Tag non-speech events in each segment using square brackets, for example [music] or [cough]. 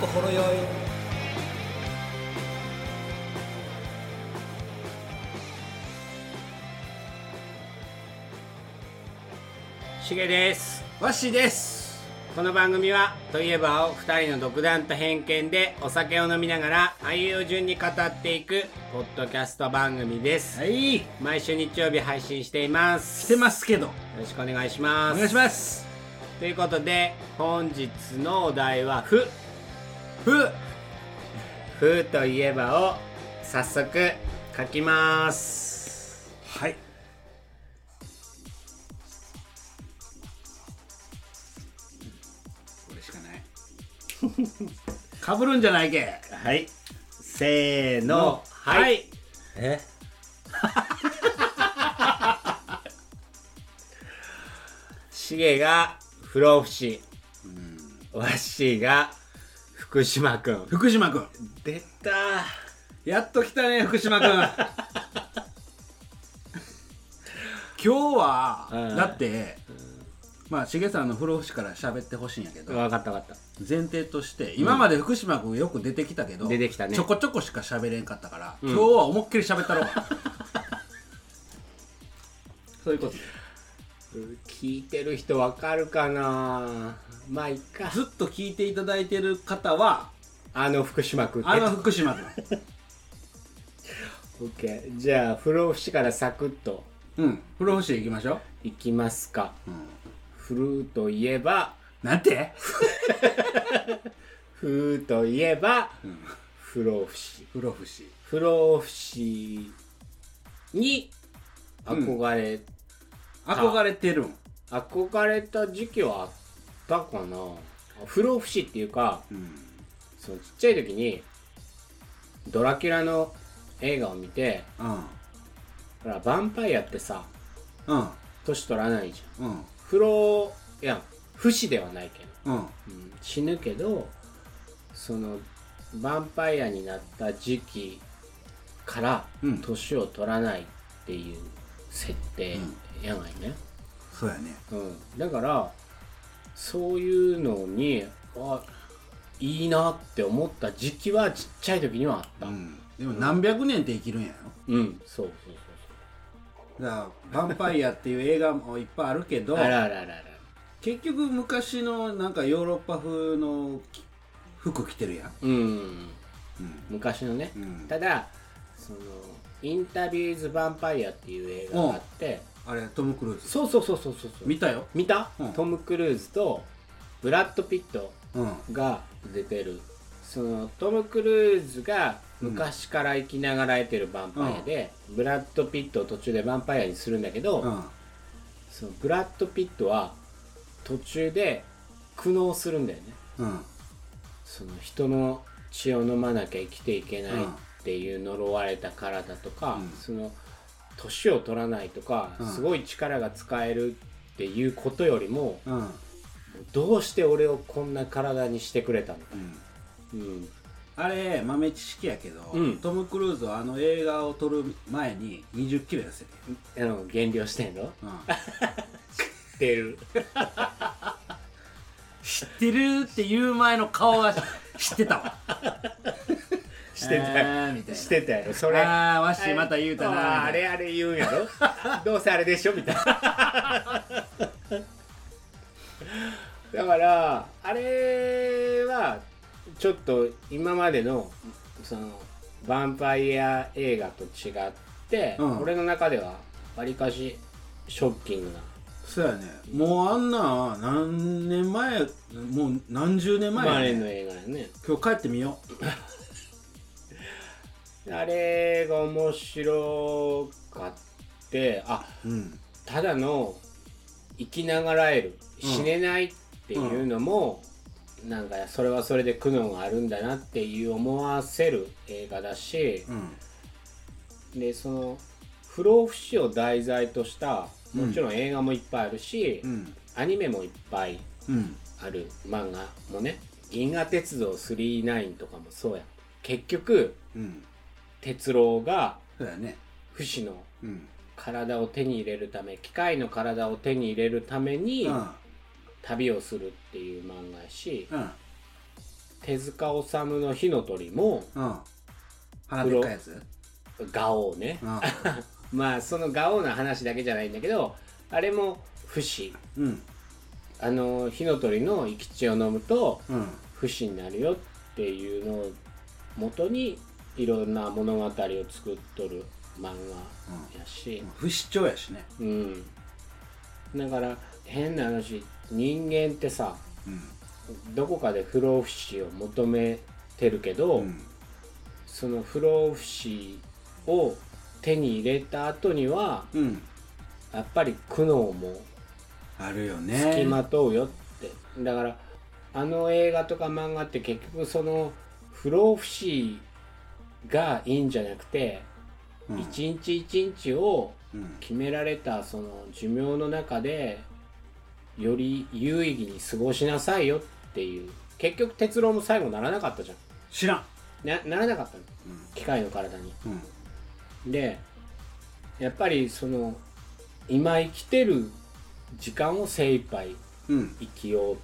心よいしげですわしですこの番組は「といえば」を2人の独断と偏見でお酒を飲みながらあいうえお順に語っていくポッドキャスト番組です、はい毎週日曜日配信しています来てますけどよろしくお願いしますお願いしますということで本日のお題は「ふ」ふ「ふ」といえばを早速書きますはいこれしかないかぶるんじゃないけはいせーのはい、えしげが不老不死、わっしーが福島くん福島君出たやっと来たね福島 [laughs] 君今日は、うんだって、まあしげさんの不老不死から喋ってほしいんやけど、分かった分かっ前提として今まで福島君よく出てきたけど、出てきたねちょこちょこしか喋れんかったから、今日は思いっきり喋ったろう [laughs] そういうことた聞いてる人分かるかなまあいっかずっと聞いていただいてる方はあの福島くんあの福島 [laughs] 君オッケーじゃあ不老不死からサクッとうん不老不死いきましょういきますか、フルーといえばなんてフーといえば、不老不死不老不死不老不死に憧れ、憧れてるん憧れた時期はあったかな不老不死っていうか、そのちっちゃい時にドラキュラの映画を見てうんほらヴァンパイアってさうん年取らないじゃんうん不老いや不死ではないけど、うんうん死ぬけどそのヴァンパイアになった時期からうん年を取らないっていう設定やないね、そうやねうん、だからそういうのにあいいなって思った時期はちっちゃい時にはあったうん、でも何百年って生きるんやろそうそうそうだから「ヴァンパイア」っていう映画もいっぱいあるけそどうあらあらあらあら結局昔のなんかヨーロッパ風のき服着てるやんうん昔のね、うんただそのインタビューズ・ヴァンパイアっていう映画があって、あれトム・クルーズそうそうそうそうそうそう見たよ見た、うんトム・クルーズとブラッド・ピットうんが出てるそのトム・クルーズが昔から生きながら得てるヴァンパイアで、ブラッド・ピットを途中でヴァンパイアにするんだけど、うんそのブラッド・ピットは途中で苦悩するんだよねうんその人の血を飲まなきゃ生きていけないっていう呪われた体とか、うんその年を取らないとか、うんすごい力が使えるっていうことよりもうんどうして俺をこんな体にしてくれたのか、うんうん、あれ豆知識やけど、うんトム・クルーズはあの映画を撮る前に2 0キロ痩せてる、あの減量してんのうん、ってる [laughs] 知ってるって言う前の顔は知ってたわしてたよあーみたいなしてたよそれあーわっしーまた言うたなあーあれあれ言うんや [laughs] ろどうせあれでしょみたいなだからあれはちょっと今までのそのヴァンパイア映画と違って、うん俺の中ではわりかしショッキングなそうやねもうあんな何年前もう何十年前や前ね、の映画やね今日帰ってみよあれが面白かってあううんただの生きながらえる死ねないっていうのも、なんかそれはそれで苦悩があるんだなっていう思わせる映画だし、うんでその不老不死を題材としたもちろん映画もいっぱいあるし、うんアニメもいっぱいうんある漫画もね「銀河鉄道999」とかもそうや結局うん鉄郎がそうやね不死のうん体を手に入れるため機械の体を手に入れるために、うん旅をするっていう漫画やしうん手塚治虫の火の鳥もうん鼻でっかいやつガオねうん [laughs] まあそのガオな話だけじゃないんだけどあれも不死うんあの火の鳥の生き血を飲むとうん不死になるよっていうのを元にいろんな物語を作っとる漫画やし、不死鳥やしねうん、だから変な話人間ってさうんどこかで不老不死を求めてるけど、うんその不老不死を手に入れた後にはうんやっぱり苦悩もあるよね付きまとうよって、だからあの映画とか漫画って結局その不老不死がいいんじゃなくて、うん一日一日をうん決められたその寿命の中でより有意義に過ごしなさいよっていう結局哲郎も最後ならなかったじゃん知らんなならなかったのうん機械の体にうんでやっぱりその今生きてる時間を精一杯うん生きよ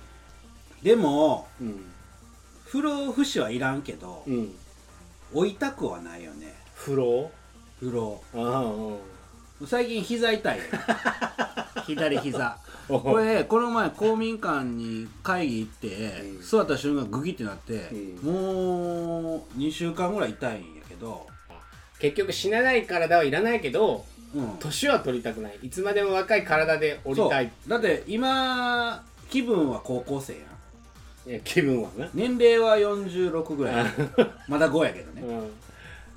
でもううん不老不死はいらんけどうん追いたくはないよね不老不老ああうん最近膝痛い [laughs] よ左膝これこの前公民館に会議行って、うん座った瞬間グギってなって、うんもう2週間ぐらい痛いんやけど、結局死なない体はいらないけどうん、年は取りたくないいつまでも若い体でおりたいそうだって今気分は高校生やんいや気分はな年齢は46ぐ [laughs] らいまだ5やけどねうん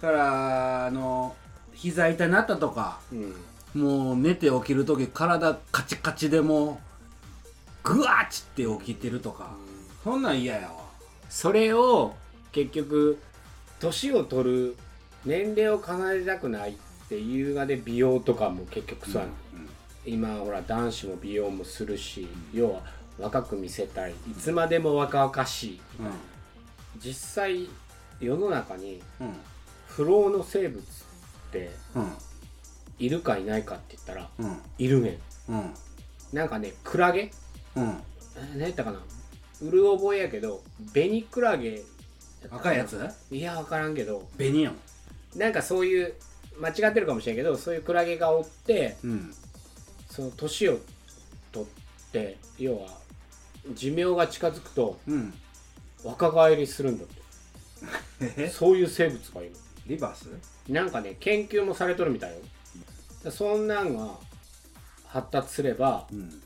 だからあの膝痛なったとかうんもう寝て起きる時体カチカチでもうグワッチって起きてるとか、そんなん嫌やわそれを結局年を取る年齢を重ねたくないっていう映画で美容とかも結局そうやな、うん今ほら男子も美容もするし、要は若く見せたいいつまでも若々しい実際世の中にうんうん不老の生物ってうんいるかいないかって言ったらうんいるねうんんなんかねクラゲうんえー何やったかなうる覚えやけどベニクラゲったかな赤いやついや分からんけどベニヤンなんかそういう間違ってるかもしれんけどそういうクラゲがおってうんその年を取って要は寿命が近づくとうん若返りするんだってそういう生物がいるリバースなんかね研究もされとるみたいよだそんなんが発達すればうん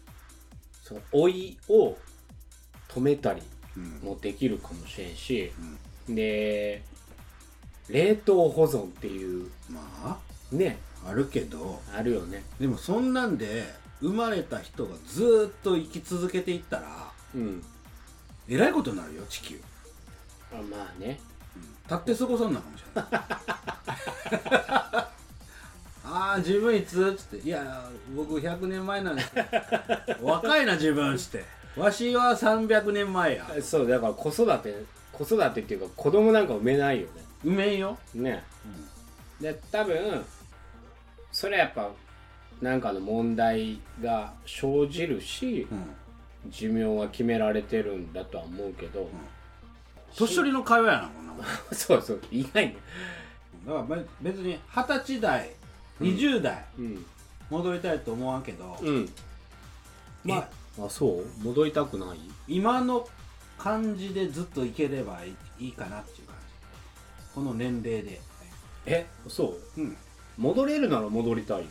その老いを止めたりうんもできるかもしれんしうんで冷凍保存っていうまねああるけどあるよねでもそんなんで生まれた人がずーっと生き続けていったらうんえらいことになるよ地球、あまあね立って過ごさんなかもしれないああ自分いつつって「いや僕100年前なんですよ若いな自分」つって「わしは300年前やそうだから子育て子育てっていうか子供なんか産めないようめんよねねで多分それはやっぱなんかの問題が生じるしうん寿命は決められてるんだとは思うけど、年寄りの会話やなこんなもんだか [laughs] そうそういないねらべ別に二十歳代20代、うん戻りたいと思わんけど、うんまああそう戻りたくない今の感じでずっといければいいいいかなっていう感じこの年齢でえそううん戻れるなら戻りたいよ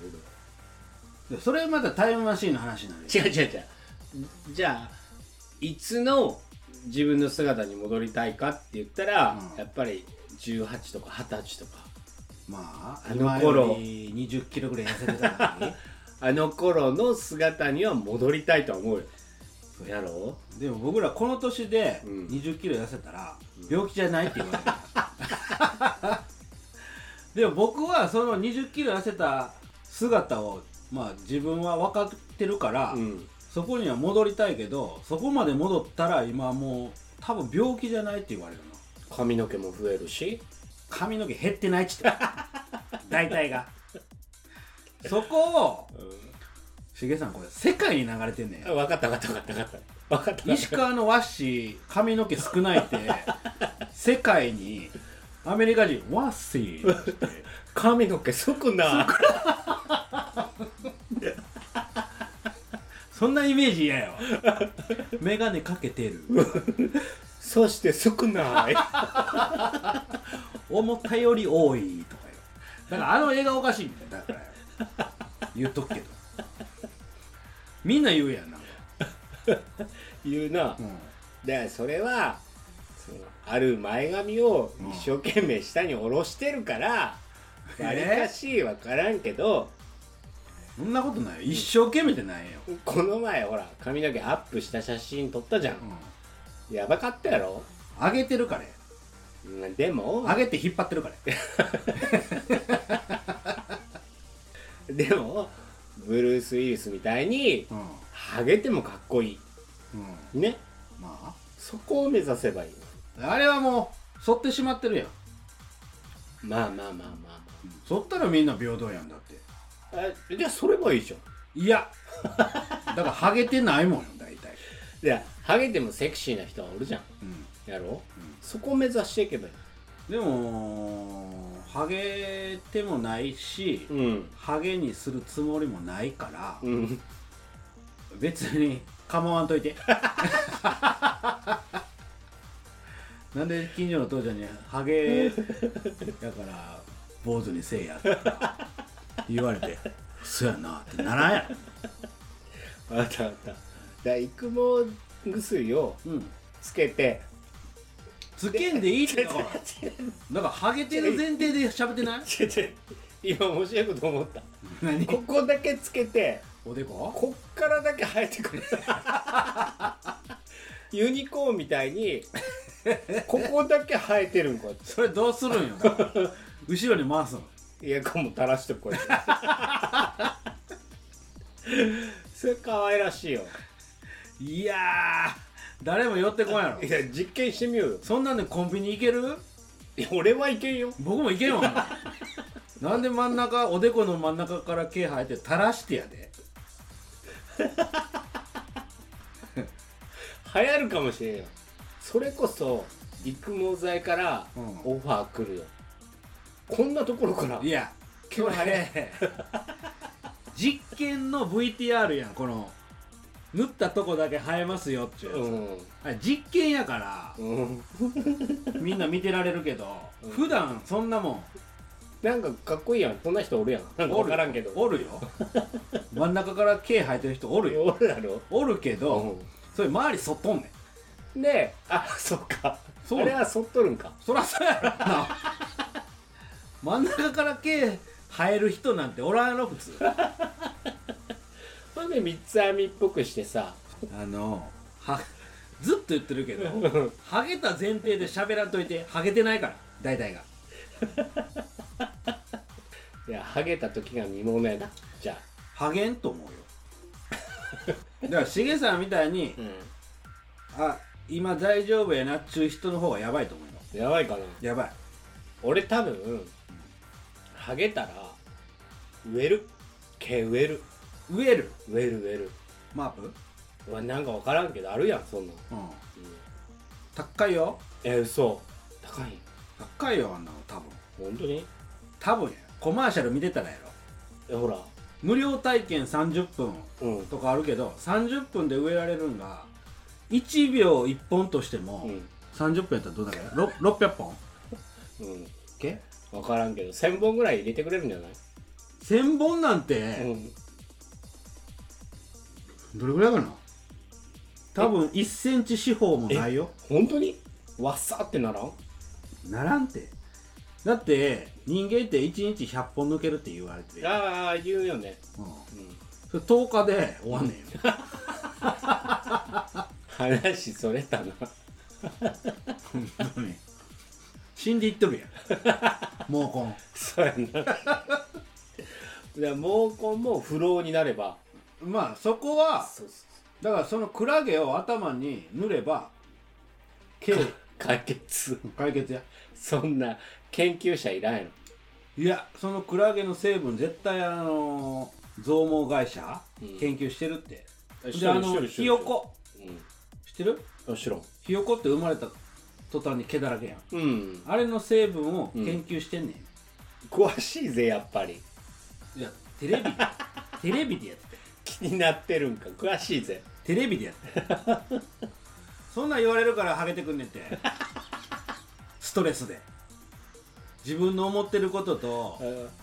でそれまたタイムマシーンの話になるよ違う違う違うじゃあいつの自分の姿に戻りたいかって言ったら、うんやっぱり18とか20歳とかまあ、あ今のよ頃り20キロぐらい痩せてたからねあの頃の姿には戻りたいとは思うよそうやろ [laughs] でも僕らこの年でうん20キロ痩せたら病気じゃないって言われる、 [laughs] でも僕はその20キロ痩せた姿をまあ自分は分かってるから、んそこには戻りたいけどそこまで戻ったら今もう多分病気じゃないって言われるな髪の毛も増えるし髪の毛減ってない [laughs] っちって大体がそこをしげさんこれ世界に流れてんねん分かった分かった分かった分かった分かった石川の和紙髪の毛少ないっ [laughs] て世界にアメリカ人「ワッシー」って髪の毛すくなそんなイメージ嫌やわ眼鏡かけてるそしてすくない思ったより多いとかよだからあの映画おかしいんだよだから言っとくけどみんな言うやんなんか、言うなうんだからそれはそのある前髪を一生懸命下に下ろしてるからうんわりかし分からんけど、そんなことないよ一生懸命じゃないよ、この前ほら髪の毛アップした写真撮ったじゃんう、ん、やばかったやろ上げてるからやうんでも上げて引っ張ってるからや [laughs] でもブルース・ウィルスみたいにうん、ハゲてもかっこいうん、いねまそこを目指せばいいああれはもう剃ってしまってるやんまあまあまあまあ剃ったらみんな平等やんだってまあえじゃあそれもいいじゃんいやだからハゲてないもんよ大体、じゃあハゲてもセクシーな人はおるじゃんうんやろ、んそこを目指していけばいいでもハゲてもないし、うんハゲにするつもりもないから、うん [laughs] 別に構わんといて [laughs] なんで近所の父ちゃんに「ハゲだから坊主にせえや」って言われて [laughs] 「そやな」ってならんやろあったあっただから育毛薬をうんつけてつけんでいい [laughs] ってだからだからハゲてる前提で喋ってない違う違う今面白いこと思った何ここだけつけておでここっからだけ生えてくるユニコーンみた [laughs] いにここだけ生えてるんこうやっそれどうする [laughs] んよ後ろに回すのてエアコンも垂らしてこうやってそれ可愛らしいよいやー誰も寄ってこんやろいや実験してみようよそんなんでコンビニ行けるいや俺はいけんよ僕も行けんわなんで真ん中おでこの真ん中から毛生えて垂らしてやで流行るかもしれんよそれこそ育毛剤からうんオファー来るよ、こんなところからいや毛こは生 [laughs] れ実験の VTR やんこの縫ったとこだけ生えますよっていう、うんあれ実験やからうんみんな見てられるけど、うん普段そんなもんなんかかっこいいやんこんな人おるやんなんか分からんけどおるよ [laughs] 真ん中から毛生えてる人おるよおるだろおるけど、それ周りそっとんねんであそっかそうあれはそっとるんかそらそうやろ [laughs] な真ん中から毛生える人なんておらんやろ普通 [laughs] ほんで三つ編みっぽくしてさあのはずっと言ってるけどハゲた前提で喋らんといてハゲてないから大体がいやハゲた時が見ものやなじゃハゲんと思うよ [laughs] だからしげさんみたいにあ、あ今大丈夫やなっちゅう人の方がやばいと思うよやばいかなやばい俺多分ハゲたら植える毛植える植える植える植えるマープまあなんか分からんけどあるやんそんなん、うんうん高いよえ嘘高い高いよあんなの多分本当に多分やコマーシャル見てたらやろえほら無料体験30分うんとかあるけど30分で植えられるんが1秒1本としても、うん30分やったらどうだっけろ600本うんけ分からんけど1000本ぐらい入れてくれるんじゃない、 1000本なんうて、んどれぐらいかな多分1センチ四方もないよ本当にわっさってならんならんてだって人間って1日100本抜けるって言われてるよ、ああ言うよね、うん、うん、それ10日で終わんねんよ話それ [laughs] たな [laughs] 本当に死んでいっとる [laughs] やん毛根そうやなだから毛根も不老になればまあそこはそうだからそのクラゲを頭に塗れ [laughs] ば毛解決解決やそんな研究者いらんやろいやそのクラゲの成分絶対あの増毛会社うん研究してるって、あ知ってでるあの知ってる知ってるひよこ知ってるうんあ知らんひよこって生まれた途端に毛だらけやんうんあれの成分を研究してんねん、詳しいぜやっぱりいやテ [laughs] レビテレビでやってたよ気になってるんか詳しいぜテレビでやってたよ [laughs] そんなん言われるからハゲてくんねんてストレスで自分の思ってることと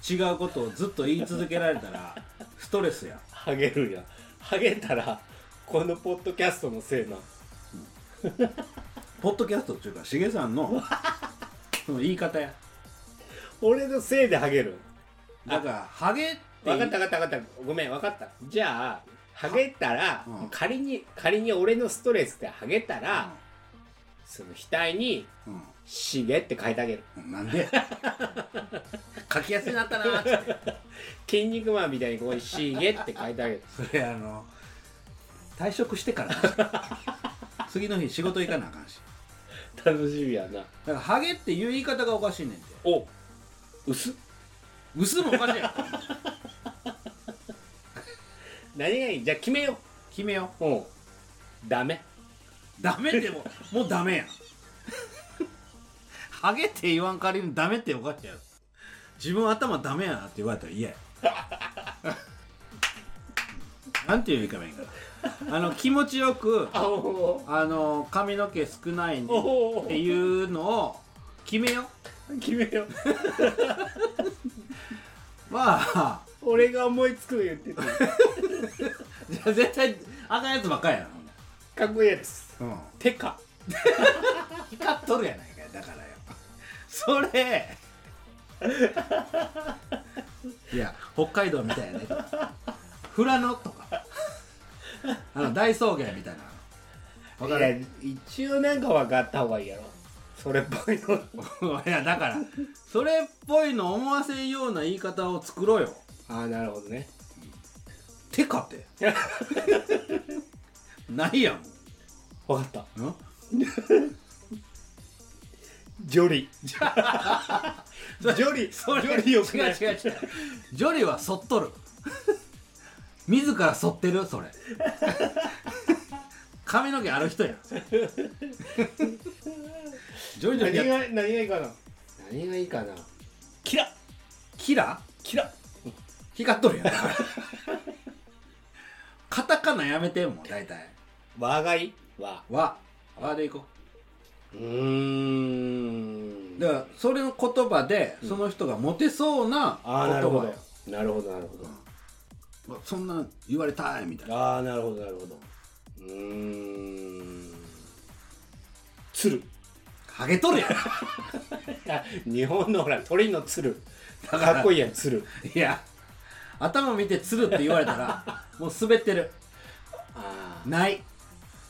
違うことをずっと言い続けられたらストレスやハゲるやんハゲたらこのポッドキャストのせいなポッドキャストっていうかしげさんのその言い方や俺のせいでハゲるだからハゲって分かった分かった分かったごめん分かったじゃあハゲたら、うん仮に仮に俺のストレスでハゲたら、その額にうん「しげ」って書いてあげるうんなんで書きやすいなったなーっつって「筋肉マン」みたいにここに「しげ」って書いてあげるそれあの退職してから次の日仕事行かなあかんし [laughs] 楽しみやなだからハゲっていう言い方がおかしいねんてお薄っ薄もおかしいやん何がいいじゃあ決めよ [laughs] 決めよううんダメうダメでももうダメやん [laughs] ハゲって言わん代わりにダメっておかしいやろ自分頭ダメやなって言われたら嫌や [laughs] なんて言うかばいいんかなあの気持ちよくあおーあの髪の毛少ないねっていうのを決めよう決めよう [laughs] まあ俺が思いつくの言って [laughs] たじゃあ絶対あかんやつばっかりやなかっこいいやつほんならうんてか光っとるやないかいだからよ [laughs] それ [laughs] いや北海道みたいやね富良野とかあの大草原みたいなわかるいや一応なんか分かった方がいいやろそれっぽいの [laughs] いやだからそれっぽいの思わせんような言い方を作ろうよああなるほどねてか [laughs] ってないや分かったんんジョ [laughs] リジョリそれジョリよくな違うい違う違うジョリはそっとる [laughs] 自らそってるそれ [laughs] 髪の毛ある人や [laughs] んジョリジョ何リやが何がいいかな何がいいかなキラキラキラ光っとるやん [laughs] カタカナやめてもう大体我がいわ和和でいこうーうんだからそれの言葉でその人がモテそうな言ああなるほ葉どなるほどなるほどやそんなん言われたいみたいなああなるほどなるほどうーん鶴 [laughs] ハゲとるやんあ日本のほら鳥の [laughs] 鶴だからかっこいいやん鶴 [laughs] いや頭見て鶴って言われたらもう滑ってるああない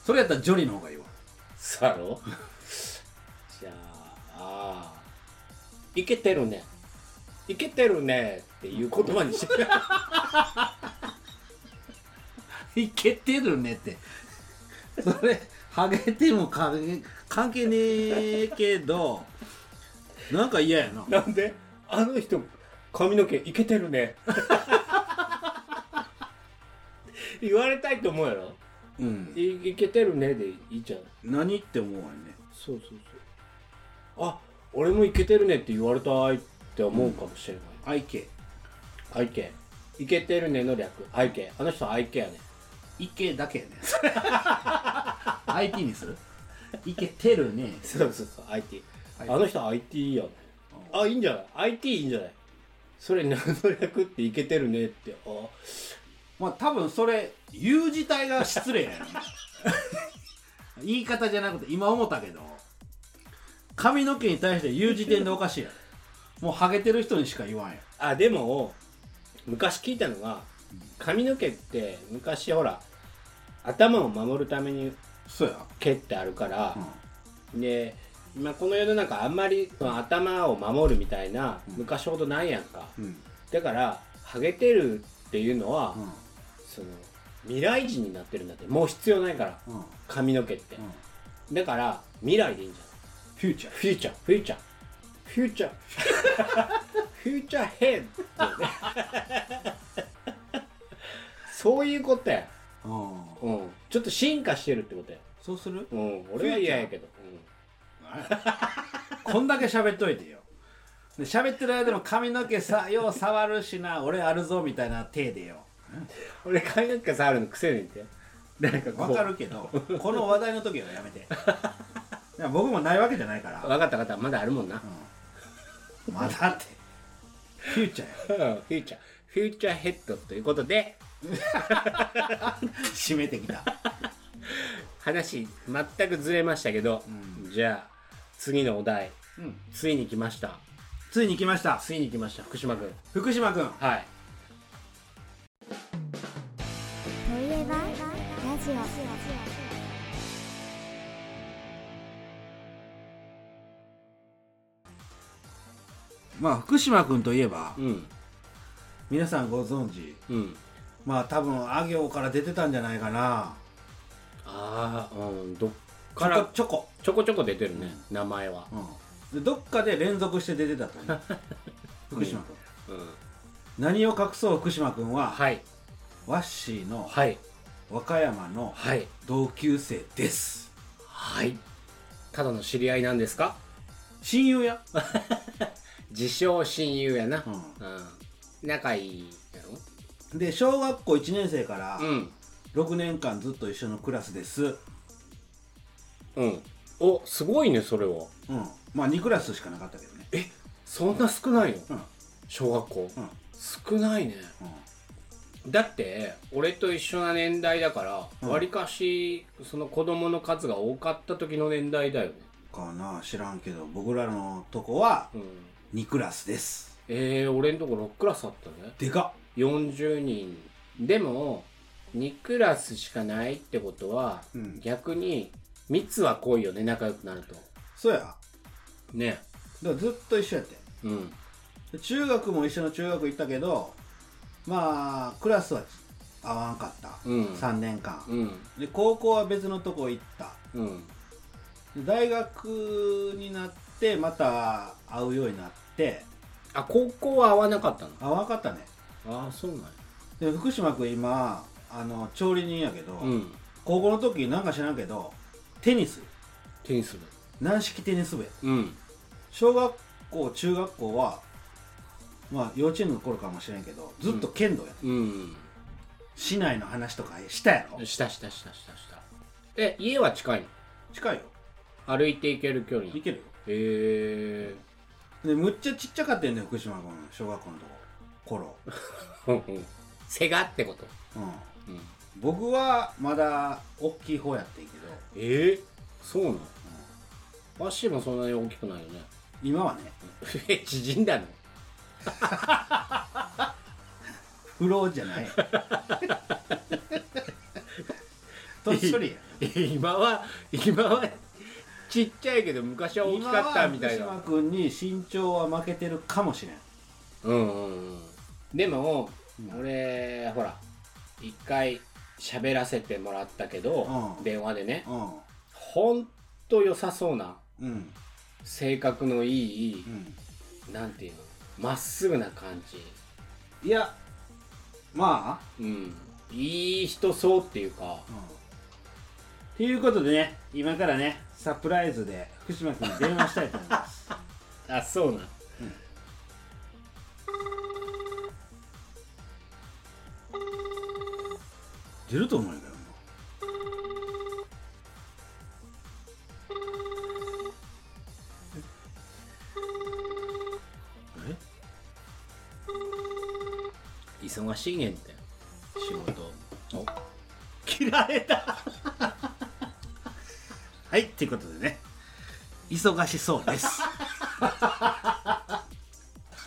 それやったらジョリの方がいいわそうやろじゃあああいけてるねいけてるねっていう言葉にしていけてるねってそれハゲても関係関係ねえけどなんか嫌や [laughs] ななんであの人髪の毛いけてるね [laughs] 言われたいと思うやろうんいいけてるねでいいじゃん何って思うわねそうそうそうあ俺もいけてるねって言われたいって思うかもしれない、相手背景いけてるねの略背景あの人背景やねいけだけ [laughs] やね IT にするいけてるねそうそうそう IT、はいあの人 IT やねあいいんじゃない IT いいんじゃないそれ何の略っていけてるねってあまあ多分それ言う自体が失礼や [laughs] ね言い方じゃなくて今思ったけど髪の毛に対して言う時点でおかしいやろもうハゲてる人にしか言わんやあでも昔聞いたのが髪の毛って昔ほら頭を守るためにそうや、毛ってあるからう、ん、で今この世の中あんまりその頭を守るみたいなうん昔ほどないやんか、うんだからハゲてるっていうのは、うんその未来人になってるんだってもう必要ないからうん髪の毛って、うんだから未来でいいんじゃないフューチャーフューチャーフューチャーフュー [laughs] チャーフューチャーヘッドそういうことや、うんうん、ちょっと進化してるってことや、そうするうん、俺は嫌やけど、こんだけ喋っといてよで喋ってる間も髪の毛 [laughs] さよう触るしな俺あるぞみたいな手でようん、俺髪の毛触るの癖ねんてなんかこうわかるけどこの話題の時はやめ [laughs] ていや僕もないわけじゃないから、わかったわかったまだあるもんなうんまだってフューチャーやフューチャーフューチャーヘッドということで締めてきた話全くずれましたけど、じゃあ次のお題うんついに来ましたついに来ましたついに来ました福島君福島君はいそういえばラジオまあ福島君といえばうん皆さんご存知うんまあ多分あ行から出てたんじゃないかなああうんどっチかョらコチョコ、ちょこちょこ出てるね、名前は、うん、でどっかで連続して出てたと [laughs] 思う福島君、うん、何を隠そう福島君は、はいワッシーのはい和歌山のはい同級生ですはいただの知り合いなんですか親友や、自称親友やな、ううん、仲いいやん、で小学校1年生からろうん6年間ずっと一緒のクラスですうんおすごいねそれはうんまあ2クラスしかなかったけどねえそんな少ないの、うん小学校、うん少ないねうんだって俺と一緒な年代だからうんわり、かしその子供の数が多かった時の年代だよね、かな知らんけど僕らのとこはうん、 2クラスですえー、俺んとこ6クラスあったねでか40人でも2クラスしかないってことは、うん逆に密は濃いよね仲良くなるとっそうやだかねらずっと一緒やってうんで中学も一緒の中学行ったけどまあクラスは合わんかった、うん3年間、うんで高校は別のとこ行ったうんで大学になってまた会うようになってあ高校は合わなかったの合わんかったねああそうなんやで福島君今あの調理人やけど、うん高校の時なんか知らんけどテニステニス部軟式テニス部やうん小学校中学校はまあ幼稚園の頃かもしれんけどずっと剣道や、うん市内の話とかしたやろしたしたしたしたしたえ家は近いの近いよ歩いて行ける距離なの行けるよへえでむっちゃちっちゃかったよね福島君小学校のとこ頃、背がってこと、うん、うん、僕はまだ大きい方やってんけどええそうなの足もそんなに大きくないよね今はねえ [laughs] 縮んだの不老じゃ [laughs] ないとっそりや今は今はちっちゃいけど昔は大きかったみたい今はな福島君に身長は負けてるかもしれんうんうんうんでも、うん俺ほら一回喋らせてもらったけど、うん電話でねうんほんと良さそうなうん性格のいい、うんなんていうのまっすぐな感じいやまあうんいい人そうっていうかということでね、今からね、サプライズで福島君に電話したいと思います。あそうなん [laughs] 出ると思うよ、もうえ忙しいねんって仕事お切られたはい、ということでね、忙しそうです。 [laughs]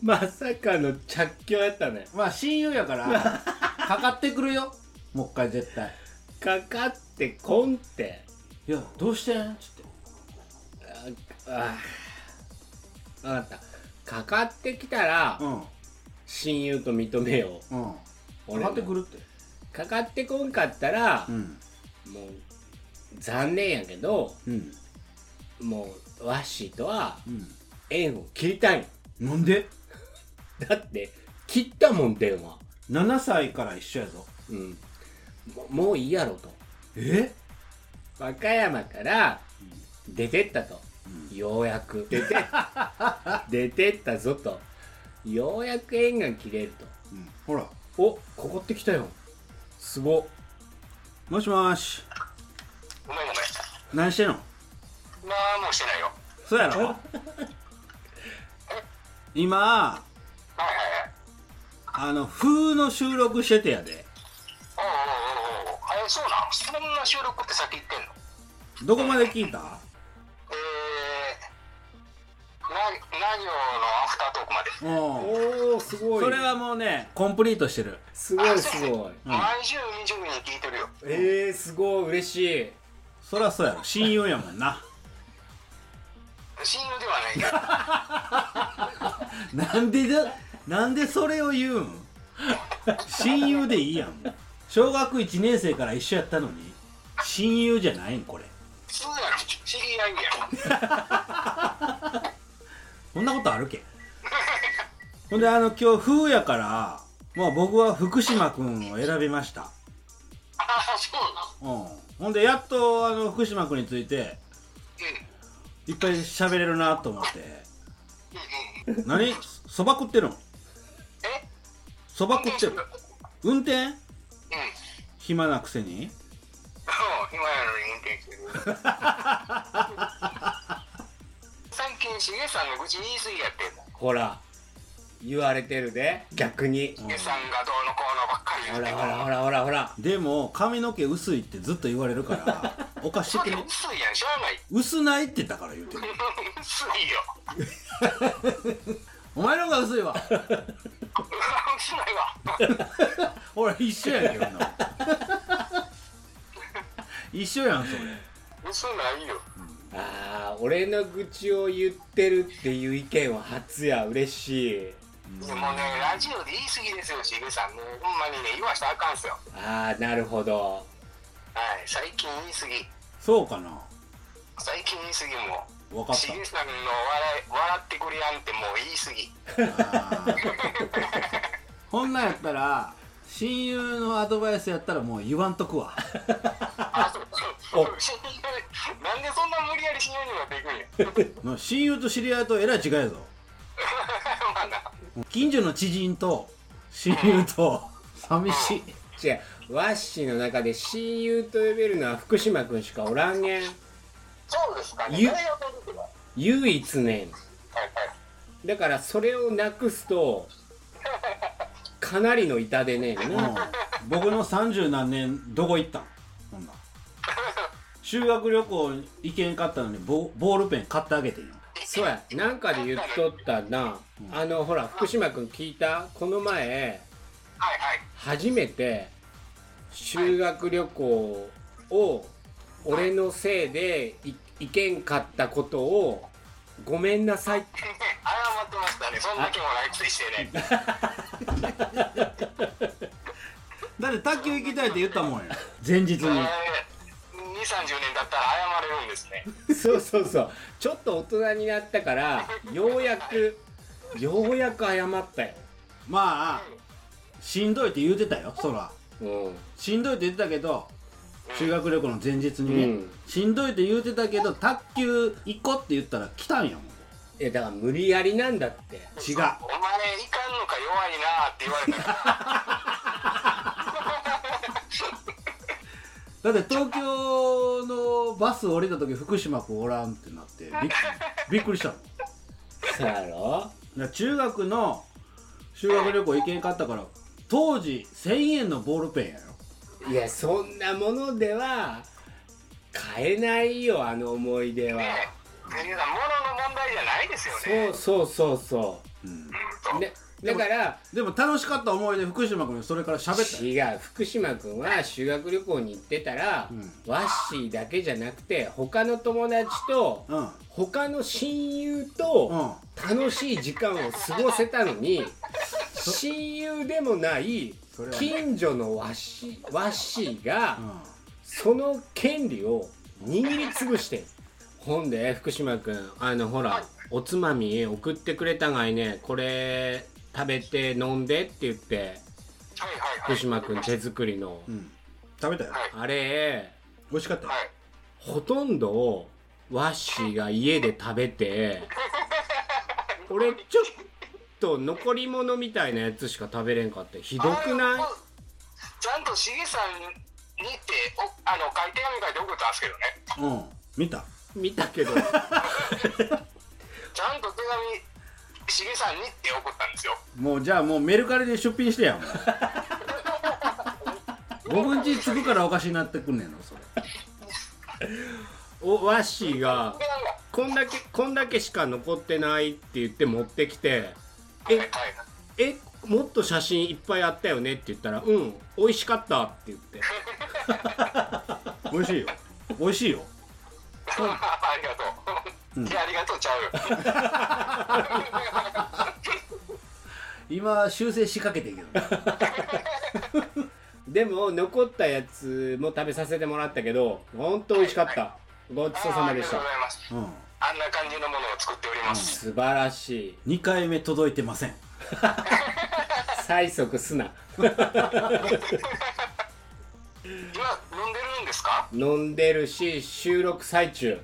まさかの着去やったねまあ、親友やから、かかってくるよ、もう一回絶対。かかってこんっていや、どうしてんつって。ああ分かったかかってきたらうん、親友と認めよううん。俺かもかってくるって。かかってこんかったら、ん、もう残念やけどうん、もうワッシーとはうん。縁を切りたいなんでだって切ったもん電話7歳から一緒やぞうん、ももういいやろとえ和歌山から出てったと、ようやく出て [laughs] 出てったぞとようやく縁が切れるうんほらとおここってきたよすごっもしもーしごめんごめん。何してんのなんもしてないよ。そうやろ今はいはいはい。あの風の収録しててやでおうおうおうおう。あれ、そうなんそんな収録って先行ってんのどこまで聞いたえー、な、な行のアフタートークまで。うんおおすごいそれはもうねコンプリートしてるすごいすごいうん毎週20に聞いてるよ。えー、すごい嬉しいそらそうやろ親友やもんな [laughs] 親友ではないけど。なんでだなんでそれを言うん親友でいいやん小学1年生から一緒やったのに親友じゃないんこれそうやろ。知り合いやろ。こんなことあるけほんであの今日風やからまあ僕は福島くんを選びました、ああ、そうなんうん、ほんでやっとあの福島くんについてうん。いっぱい喋れるなと思ってうんうん。何そば食ってるのえそば食ってる運転うん。暇なくせにそう、今やのに運転してる。最近、しげさんの愚痴言い過ぎやってんの。ほら言われてるで逆にしげさんがどうのこうのばっかり言ほってらるほらほらほらほらでも髪の毛薄いってずっと言われるからおかしいそってれ [laughs] 薄いやん、しょうがない。薄ないってだから言うてる薄いよ。お前の方が薄いわうわ薄ないわ。ほら一緒やんけほんな [laughs] もん一緒やんそれ薄ないよ。あー俺の愚痴を言ってるっていう意見は初や嬉しいでもね、ラジオで言い過ぎですよ、しげさん。もうほんまにね、言わしたらあかんすよ。ああなるほどはい、最近言い過ぎ。そうかな最近言い過ぎも。分かっしげさんの笑い笑ってくれやんってもう言い過ぎ。たあーこんなんやったら親友のアドバイスやったらもう言わんとく [laughs] わあ、そう。親友なんでそんな無理やり親友になっていくんや。もう親友と知り合いとえらい違いやぞまあな。近所の知人と親友と寂しい違うワッシーの中で親友と呼べるのは福島君しかおらんねんそうですかね。ゆ誰が取るか。は唯一ねいはい。んだからそれをなくすとかなりの痛手ねんなうん、僕の三十何年どこ行ったんほんなら修学旅行行けんかったのにボボールペン買ってあげてんよそうやなんかで言っとったなあのほら福島君聞いたこの前はいはい。 [laughs] 初めて修学旅行を俺のせいでい行けんかったことをごめんなさい謝ってましたね。そんな気もないくせしてね。だって卓球行きたいって言ったもんや前日にえー2、30年だったら謝れるんですね。そうそうそうちょっと大人になったからようやくようやく謝ったよ、まあしんどいって言うてたよそらうん、しんどいって言ってたけど修学旅行の前日にね、うんしんどいって言うてたけど卓球行こうって言ったら来たんやもんいやだから無理やりなん [laughs] だって違うお前、いかんのか弱いなって言われたから。だって東京のバス降りた時福島君おらんってなってびっびっくりしたもんそうやろだから中学の修学旅行行けんかったから当時1000円のボールペンやよいやそんなものでは買えないよあの思い出は [laughs] ね皆さん、物の問題じゃないですよそうね。そうそうそうんう、ね、だからでも楽しかった思い出福島君にそれから喋ったよ違う福島君は修学旅行に行ってたら、うんワッシーだけじゃなくて他の友達と、うん他の親友と楽しい時間を過ごせたのに、親友でもないそれはね近所のワッシーワッシーがうんその権利を握りつぶしてるほんで福島君あのほらおつまみ送ってくれたがいねこれ食べて飲んでって言ってはいはいはい福島君手作りのうん食べたよはいあれ美味しかったよはいほとんどをワッシーが家で食べて俺ちょっと残り物みたいなやつしか食べれんかってひどくないあのちゃんとしげさんにっておあの書いて紙書いて送ったんですけどねうん見た見た [laughs] けどちゃんと手紙しげさんにって送ったんですよもうじゃあもうメルカリで出品してやん5分ちつくからおかしになってくんねんのそれおワッシーがでなんかこんだけこんだけしか残ってないって言って持ってきてはえい [laughs] はいえもっと写真いっぱいあったよねって言ったらうん美味しかったって言って美味しいよ美味しいよありがとう、いやありがとうちゃう [laughs] よ今修正しかけてるけどねでも残ったやつも食べさせてもらったけどほんと美味しかったごちそうさまでし [laughs] あたーありがとうございまうすんあんな感じのものを作っております、素晴らしい2回目届いてません催促すな今飲んでるんですか飲んでるし収録最中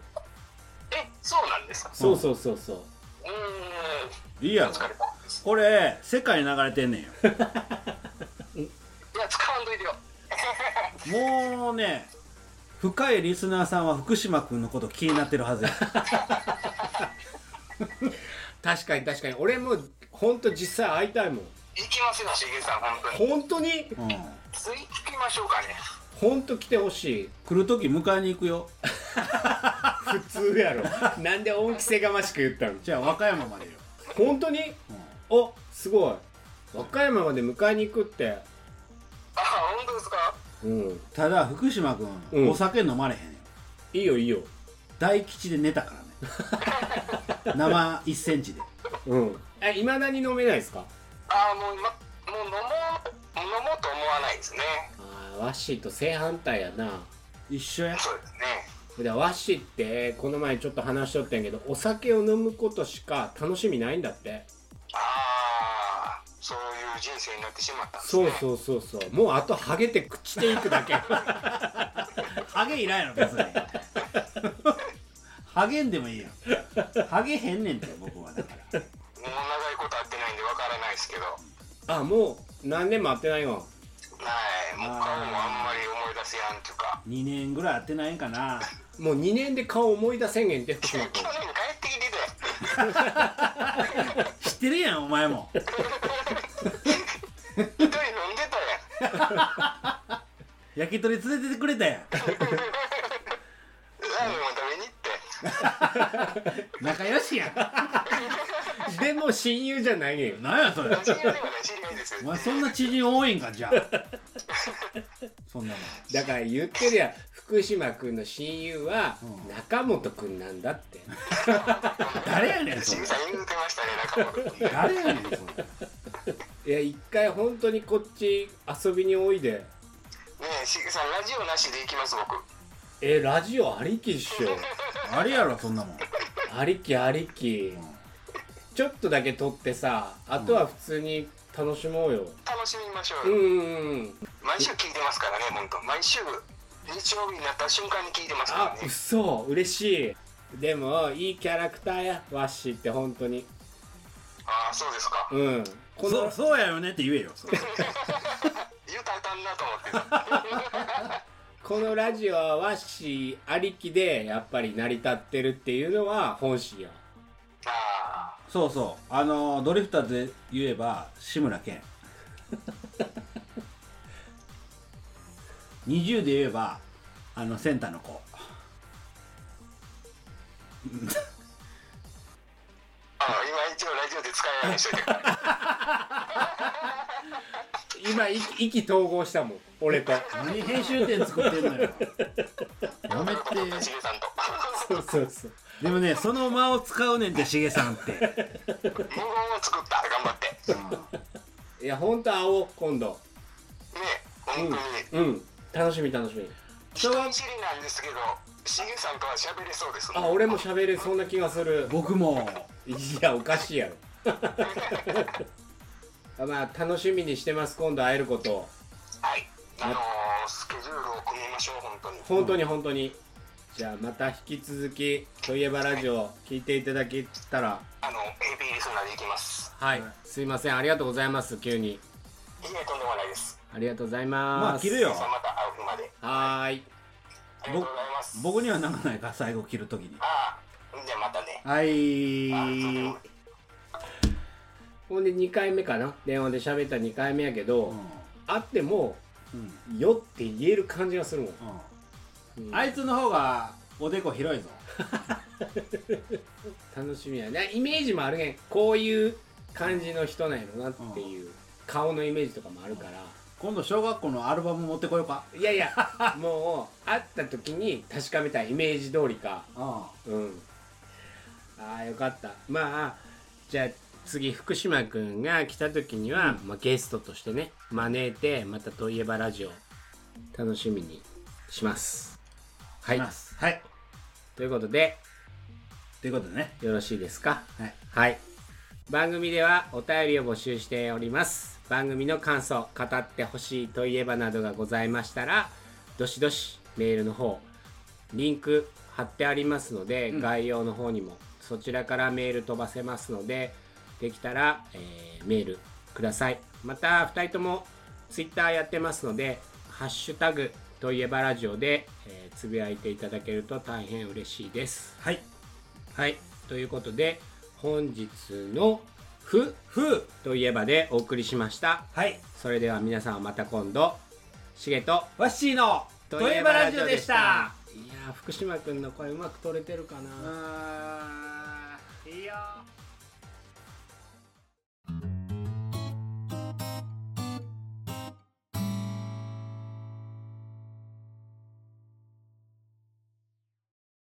えそうなんですかそうそうそうそううーんいいやろ疲れたいこれ世界に流れてんねんよや使わんといてよもうね深いリスナーさんは福島君のこと気になってるはずや確かに確かに俺もほんと実際会いたいもん行きますよしげさん本当に本当にうんつい行きましょうかね本当来てほしい来る時迎えに行くよ普通やろ [laughs] なんで恩着せがましく言ったのじゃあ和歌山までよ、本当にうんあすごい和歌山まで迎えに行くってあ本当ですかうんただ福島君、うんお酒飲まれへんよいいよいいよ大吉で寝たからね生1センチでうんえいまだに飲めないですかあーもう今もう飲もう飲もうと思わないですねあーワッシーと正反対やな一緒やそうですねでワッシーってこの前ちょっと話しとったんやけどお酒を飲むことしか楽しみないんだってああそういう人生になってしまったんですそうねそうそうそうもうあとハゲて朽ちていくだけハゲいらんやろ別にハゲんでもいいやんハゲへんねんて僕はだからもう長いこと会ってないんでわからないですけどはあもう何年も会ってないわいもう顔もあんまり思い出せやんっていうか2年ぐらい会ってないんかなもう2年で顔思い出せんげんって福去島年帰君ってきてたよ [laughs] 知ってるやんお前も一人飲んでたやん焼き鳥連れてってくれたやんラーメンも食べに行って仲良しやんでも親友じゃないよ何やそれ知り合いでもない知り合いですよお前そんな知人多いんかじゃあそんなもんだから言ってるやん福島君の親友はうん中本君なんだって誰やねんそしれげさん言うてましたね中本 [laughs] 君誰やねんそれいや一回本当にこっち遊びにおいでねえしげさんラジオなしで行きます僕えラジオありきっしょあれやろそんなもんありきありきちょっとだけ撮ってさあとは普通に楽しもうよ楽しみましょううよ、んうんうん毎週聞いてますからね本当毎週日曜日になった瞬間に聞いてますかあらね嘘嬉しいでもいいキャラクターやワッシーって本当にああそうですかうんこそのそうやよねって言えよそれ言うたらあかんなと思ってたこのラジオはワッシーありきでやっぱり成り立ってるっていうのは本心よあそうそうあのドリフターズで言えば志村 [laughs] けん20で言えばあのセンターの子ああ今一応ラジオで使えないようにしといてか今ら意気意気統合したもん俺と何編集点作ってんのよやめ中本とてしげさんとそうそうそうでもねその間を使うねんってしげさんって、無言を作った頑張ってうんいや本当会おう今度ねえ本当に、うん楽しみ楽しみ人見知りなんですけどしげさんとは喋れそうですもんあ俺も喋れそんな気がする僕もいやおかしいやろ [laughs] まあ楽しみにしてます今度会えることをはいあのースケジュールを組みましょう本当に本当に本当に、じゃあまた引き続き「といえばラジオ」聞いていただけたらあの AB リスナーでいきますはい、はいすいませんありがとうございます急にいえとんでもないですありがとうございまますあ切るよさあまた会うまではーいありがとうございます僕にはならないから最後切るときにああじゃあまたねはいあーとんでもないほんで2回目かな電話で喋った2回目やけど、会ってもうんうん「よ」って言える感じがするもん、うんうんあいつの方がおでこ広いぞ楽しみやねイメージもあるねこういう感じの人なんやろなっていう、顔のイメージとかもあるから、今度小学校のアルバム持ってこようかいやいやもう会った時に確かめたいイメージ通りかあうんああよかったまあじゃあ次福島くんが来た時には、まあ、ゲストとしてね招いてまた「といえばラジオ」楽しみにしますはいますはいということでということでねよろしいですかはいはい。番組ではお便りを募集しております。番組の感想、語ってほしいといえばなどがございましたら、どしどしメールの方、リンク貼ってありますので、うん概要の方にもそちらからメール飛ばせますので、できたら、えーメールください。また、2人とも Twitter やってますので、ハッシュタグといえばラジオで、えーつぶやいていただけると大変嬉しいです。はいはい、ということで本日の「ふ」「ふ」といえばでお送りしましたはいそれでは皆さんまた今度しげとわっしーのといえばラジオでしたいやー福島くんの声うまく取れてるかなあーいいよ